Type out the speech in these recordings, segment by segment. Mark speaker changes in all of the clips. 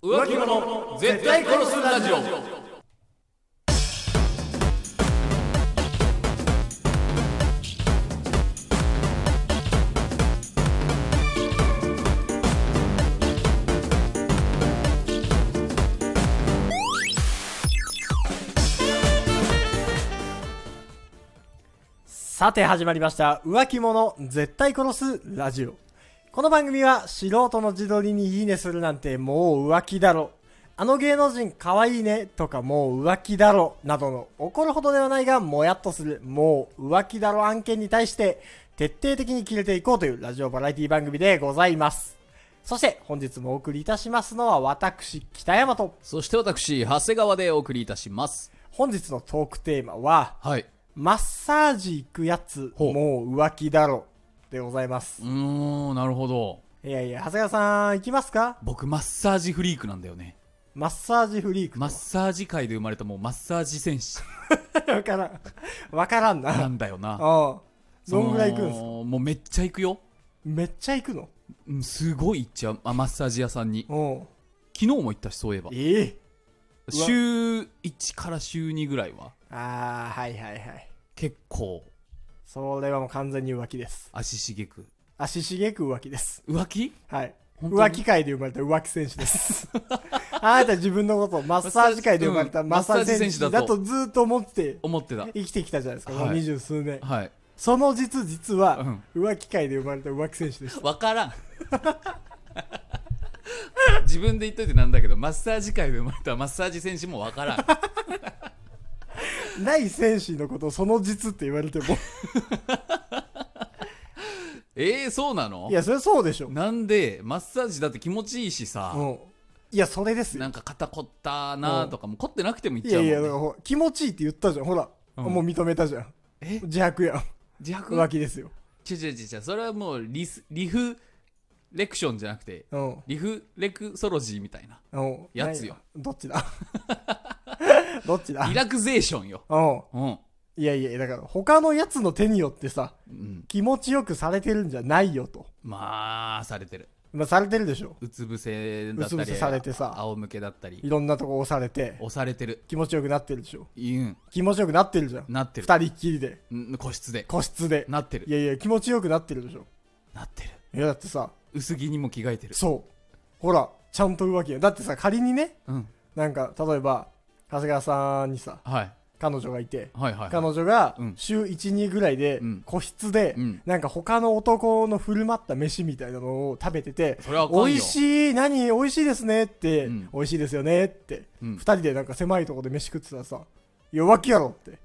Speaker 1: 浮気者絶対殺すラジオ
Speaker 2: さて始まりました浮気者絶対殺すラジオこの番組は素人の自撮りにいいねするなんてもう浮気だろあの芸能人かわいいねとかもう浮気だろなどの怒るほどではないがもやっとするもう浮気だろ案件に対して徹底的に切れていこうというラジオバラエティ番組でございますそして本日もお送りいたしますのは私北山と
Speaker 1: そして私長谷川でお送りいたします
Speaker 2: 本日のトークテーマは
Speaker 1: はい
Speaker 2: マッサージ行くやつ
Speaker 1: ほう
Speaker 2: もう浮気だろでございます
Speaker 1: うーんなるほど
Speaker 2: いやいや、長谷川さん、行きますか
Speaker 1: 僕マッサージフリークなんだよね
Speaker 2: マッサージフリーク。
Speaker 1: マッサージ界で生まれたもうマッサージ戦士
Speaker 2: わからん。わからん
Speaker 1: な
Speaker 2: な。
Speaker 1: んだよ な
Speaker 2: うん。
Speaker 1: その
Speaker 2: どんぐらい行くんすか
Speaker 1: もうめっちゃ行くよ
Speaker 2: めっちゃ行くの
Speaker 1: うんすごい行っちゃうあマッサージ屋さんに
Speaker 2: うん。
Speaker 1: 昨日も行ったしそういえば
Speaker 2: ええうわ
Speaker 1: 週1から週2ぐらいは
Speaker 2: あー、はいはいはい。
Speaker 1: 結構
Speaker 2: それはもう完全に浮気です。
Speaker 1: 足しげく
Speaker 2: 足しげく浮気です。
Speaker 1: 浮気
Speaker 2: はい。
Speaker 1: 本当に
Speaker 2: 浮気界で生まれた浮気選 手です。あなた自分のことをマッサージ界で生まれた
Speaker 1: うん
Speaker 2: マッサージ選手
Speaker 1: マッサージ選手だ
Speaker 2: だ
Speaker 1: と
Speaker 2: とずーっと思って
Speaker 1: 思ってた
Speaker 2: 生きてきたじゃないですか。もう
Speaker 1: はい
Speaker 2: 二十数年。
Speaker 1: はい
Speaker 2: その実、実は、浮気界で生まれた浮気選手でした。
Speaker 1: 分からん 自分で言っといてなんだけどマッサージ界で生まれたマッサージ選手も分からん
Speaker 2: ない戦士のことをその実って言われても
Speaker 1: えー、そうなの
Speaker 2: いやそれそうでしょ
Speaker 1: なんでマッサージだって気持ちいいしさ、
Speaker 2: うんいやそれですよ
Speaker 1: なんか肩凝ったなとかも凝ってなくてもいっ
Speaker 2: い
Speaker 1: ちゃう
Speaker 2: や
Speaker 1: もん、
Speaker 2: い
Speaker 1: ね、
Speaker 2: やだからほら気持ちいいって言ったじゃんほら、
Speaker 1: うん
Speaker 2: もう認めたじゃん
Speaker 1: え
Speaker 2: 自白やん
Speaker 1: 自白
Speaker 2: 浮気ですよ
Speaker 1: ちょちょちょちょそれはもうリスリフレクションじゃなくて
Speaker 2: うん
Speaker 1: リフレクソロジーみたいな
Speaker 2: うん
Speaker 1: やつよ
Speaker 2: 何どっちだ どっちだ
Speaker 1: リラクゼーションよ
Speaker 2: うん
Speaker 1: うん、
Speaker 2: いやいやだから他のやつの手によってさ
Speaker 1: うん、
Speaker 2: 気持ちよくされてるんじゃないよと
Speaker 1: まあされてる
Speaker 2: まあされてるでしょ
Speaker 1: うつ伏せだった
Speaker 2: うつ伏
Speaker 1: り
Speaker 2: せされてさ
Speaker 1: 仰向けだったり
Speaker 2: いろんなとこ押されて
Speaker 1: 押されてる
Speaker 2: 気持ちよくなってるでしょ
Speaker 1: うん
Speaker 2: 気持ちよくなってるじゃん
Speaker 1: なってる
Speaker 2: 二人っきりで
Speaker 1: うん個室で
Speaker 2: 個室で
Speaker 1: なって
Speaker 2: い
Speaker 1: る
Speaker 2: やいや気持ちよくなってるでしょ
Speaker 1: なってる
Speaker 2: いやだってさ
Speaker 1: 薄着にも着替えてる
Speaker 2: そうほらちゃんと浮気よだってさ仮にね
Speaker 1: うん
Speaker 2: なんか例えば長谷川さんにさ
Speaker 1: はい
Speaker 2: 彼女がいて
Speaker 1: はいはい
Speaker 2: 彼
Speaker 1: は
Speaker 2: 女が
Speaker 1: うん
Speaker 2: 週12ぐらいで
Speaker 1: うん
Speaker 2: 個室で
Speaker 1: うん
Speaker 2: なんか他の男の振る舞った飯みたいなのを食べてて
Speaker 1: いそれはあかんよ
Speaker 2: 美味しい何美味しいですねって
Speaker 1: うん
Speaker 2: 美味しいですよねって
Speaker 1: うん
Speaker 2: 二人でなんか狭いとこで飯食ってたらさいや浮気やろって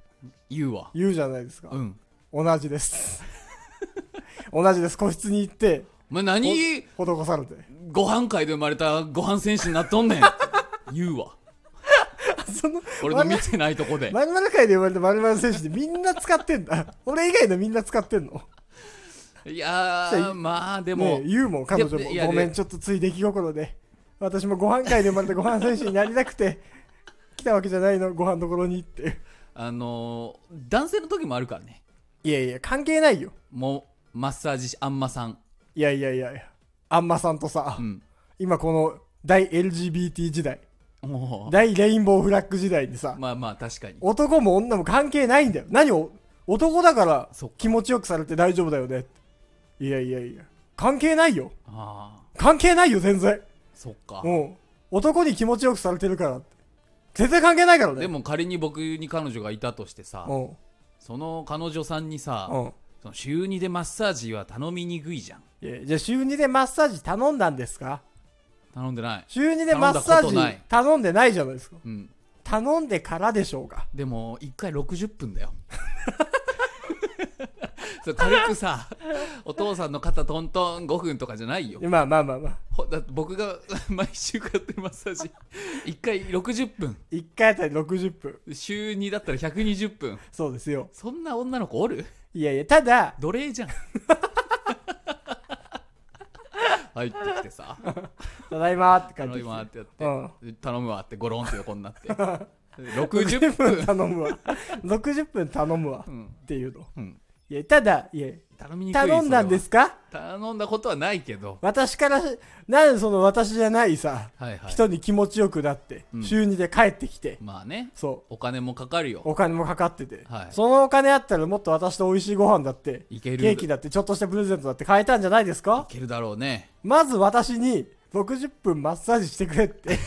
Speaker 1: 言うわ
Speaker 2: 言うじゃないですか
Speaker 1: うん
Speaker 2: 同じです同じです個室に行って
Speaker 1: お前何
Speaker 2: ほ施されて
Speaker 1: ご飯会で生まれたご飯戦士になっとん ねん言うわ
Speaker 2: その
Speaker 1: 俺の見てないとこで
Speaker 2: まるまる界で生まれたまるまる選手ってみんな使ってんだ。俺以外のみんな使ってんの。
Speaker 1: いや
Speaker 2: じゃあ
Speaker 1: ーまあでも
Speaker 2: ねえ言うもん、彼女
Speaker 1: いや
Speaker 2: も
Speaker 1: い。や
Speaker 2: ごめん、
Speaker 1: で
Speaker 2: ちょっとつい出来心で。私もご飯会で生まれたご飯選手になりたくて、来たわけじゃないの、ご飯どころにっていう。
Speaker 1: あのー男性の時もあるからね
Speaker 2: いやいや、関係ないよ。
Speaker 1: もうマッサージ師あんまさん
Speaker 2: いやいやいやいや。あんまさんとさ、
Speaker 1: うん
Speaker 2: 今この大 LGBT 時代、
Speaker 1: も
Speaker 2: 大レインボーフラッグ時代にさ
Speaker 1: う、まあまあ確かに
Speaker 2: 男も女も関係ないんだよ。何を、男だから
Speaker 1: そっか
Speaker 2: 気持ちよくされて大丈夫だよねって。いやいやいや、関係ないよ。
Speaker 1: ああ
Speaker 2: 関係ないよ全然
Speaker 1: そっか
Speaker 2: うん男に気持ちよくされてるからって全然関係ないからね
Speaker 1: でも仮に僕に彼女がいたとしてさ
Speaker 2: うん
Speaker 1: その彼女さんにさ、
Speaker 2: うん
Speaker 1: その週2でマッサージは頼みにくいじゃん
Speaker 2: いやじゃあ週2でマッサージ頼んだんですか
Speaker 1: 頼んでない、
Speaker 2: 週2でマッサ
Speaker 1: 頼んだこ
Speaker 2: ー
Speaker 1: とない
Speaker 2: ジ頼んでないじゃないですか
Speaker 1: うん、
Speaker 2: 頼んでからでしょうが
Speaker 1: でも1回60分だよ そう軽くさお父さんの肩トントン5分とかじゃないよ
Speaker 2: まあまあまあまあ
Speaker 1: ほだって僕が 毎週買ってるマッサージ1回60分
Speaker 2: 1回あたり60分
Speaker 1: 週2だったら120分
Speaker 2: そうですよ
Speaker 1: そんな女の子おる
Speaker 2: いやいやただ
Speaker 1: 奴隷じゃん 入ってきてさ
Speaker 2: ただいまーって感
Speaker 1: 頼
Speaker 2: じ
Speaker 1: むわってやって、
Speaker 2: う
Speaker 1: 頼むわってゴロンって横になって
Speaker 2: 60
Speaker 1: 60
Speaker 2: 分
Speaker 1: 分、
Speaker 2: 頼むわ60分頼むわ
Speaker 1: うん
Speaker 2: っていうの
Speaker 1: うん、
Speaker 2: いや、ただ、いや、
Speaker 1: 頼みにくい
Speaker 2: 頼んだんですすか
Speaker 1: 頼んだことはないけど
Speaker 2: 私から、なんでその私じゃないさ、
Speaker 1: はいはい
Speaker 2: 人に気持ちよくなって、
Speaker 1: うん
Speaker 2: 週2で帰ってきて、
Speaker 1: まあね
Speaker 2: そ
Speaker 1: お金もかかる
Speaker 2: う、
Speaker 1: よ
Speaker 2: お金もかかってて、
Speaker 1: はい
Speaker 2: そのお金あったらもっと私と美味しいご飯だって、
Speaker 1: いける
Speaker 2: ケーキだって、ちょっとしたプレゼントだって買えたんじゃないですか
Speaker 1: いけるだろうね
Speaker 2: まず私に60分マッサージしてくれって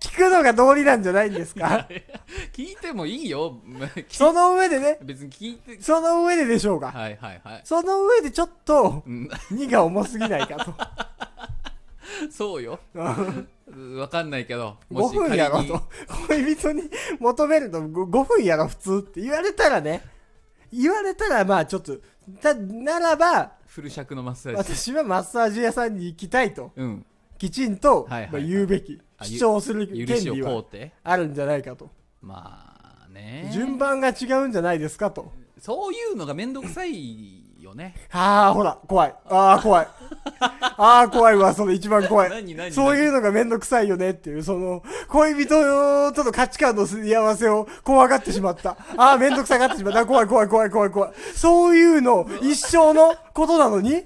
Speaker 2: 聞くのが道理なんじゃないんですか
Speaker 1: 聞いてもいいよ 聞い
Speaker 2: その上でね、
Speaker 1: 別に聞いて
Speaker 2: その上ででしょうが。
Speaker 1: はいはいはい
Speaker 2: その上でちょっと
Speaker 1: うん
Speaker 2: 荷が重すぎないか
Speaker 1: そうよ
Speaker 2: と。
Speaker 1: わかんないけども
Speaker 2: 5
Speaker 1: し
Speaker 2: 分やろ
Speaker 1: 仮に
Speaker 2: と。恋人に求めると 5, 分やろ普通って言われたらね。言われたらまあちょっと、たならば
Speaker 1: フル尺のマッサージ
Speaker 2: 私はマッサージ屋さんに行きたいと。
Speaker 1: うん
Speaker 2: きちんと、
Speaker 1: はいはい
Speaker 2: ま
Speaker 1: は
Speaker 2: あ、
Speaker 1: い
Speaker 2: 言うべき。
Speaker 1: あゆ
Speaker 2: 主張する権
Speaker 1: 許しを
Speaker 2: 利
Speaker 1: こう
Speaker 2: は
Speaker 1: って
Speaker 2: あるんじゃないかと。
Speaker 1: まあね
Speaker 2: 順番が違うんじゃないですかと。
Speaker 1: そういうのがめんどくさいよね
Speaker 2: ああ、ほら、怖い。ああ、怖い。ああ、怖いわ、その一番怖い。
Speaker 1: 何何
Speaker 2: そういううのがめんどくさいよねっていう、その、恋人との価値観のすり合わせを怖がってしまった。ああ、めんどくさがってしまった。怖い怖い怖い怖い怖い。そういうの、一生のことなのに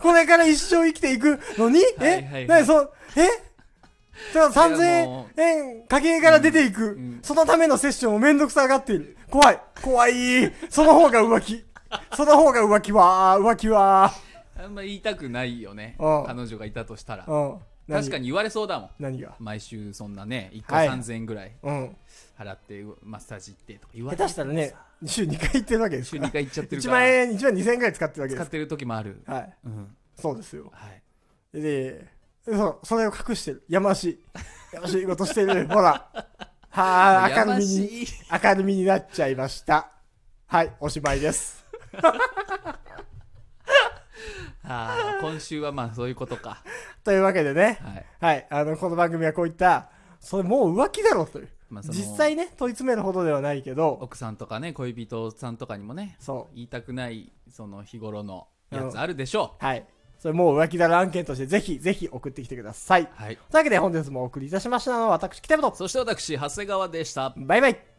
Speaker 2: これから一生生きていくのに
Speaker 1: はいはいは
Speaker 2: え
Speaker 1: い
Speaker 2: なにそ、え
Speaker 1: いや
Speaker 2: その
Speaker 1: も
Speaker 2: 3000円家計から出ていく、
Speaker 1: ん
Speaker 2: そのためのセッションをめんどくさがっている。怖い怖いその方が浮気。その方が浮気は、浮気は。
Speaker 1: あんま言いたくないよね
Speaker 2: うん
Speaker 1: 彼女がいたとしたら
Speaker 2: うん。何
Speaker 1: 確かに言われそうだもん
Speaker 2: 何が
Speaker 1: 毎週そんなね1
Speaker 2: はい
Speaker 1: 回3000円ぐらい
Speaker 2: うん。
Speaker 1: 払ってマッサージ行ってとか言わ
Speaker 2: 下
Speaker 1: れ
Speaker 2: 手したらね、週2回行ってるわけです
Speaker 1: 週
Speaker 2: か
Speaker 1: 2
Speaker 2: ら。
Speaker 1: 回行っちゃってる
Speaker 2: 1
Speaker 1: か
Speaker 2: 万
Speaker 1: ら
Speaker 2: 円、1万2000円くらい使ってるわけで
Speaker 1: 使っ
Speaker 2: す。
Speaker 1: てる時もある
Speaker 2: はい。
Speaker 1: うん
Speaker 2: そうですよ。
Speaker 1: はい
Speaker 2: で、そう、それを隠してる。やましい。やましいことして る。ほら。は
Speaker 1: や
Speaker 2: あ、明る
Speaker 1: ま
Speaker 2: みに、
Speaker 1: しい
Speaker 2: 明るみになっちゃいました。はい、おしまいです。
Speaker 1: あー今週はまあそういうことか
Speaker 2: というわけでね、
Speaker 1: はい
Speaker 2: はい、あの、この番組はこういった、それもう浮気だろという。
Speaker 1: まあその
Speaker 2: 実際ね、問い詰めるほどではないけど、
Speaker 1: 奥さんとかね恋人さんとかにもね
Speaker 2: そ
Speaker 1: 言いたくないその日頃のやつあるでしょ
Speaker 2: う。はい。それもう浮気だろ案件として、ぜひ、ぜひ送ってきてください。
Speaker 1: うはい
Speaker 2: というわけで本日もお送りいたしましたのは私、北山と、
Speaker 1: そして私長谷川でした
Speaker 2: バイバイ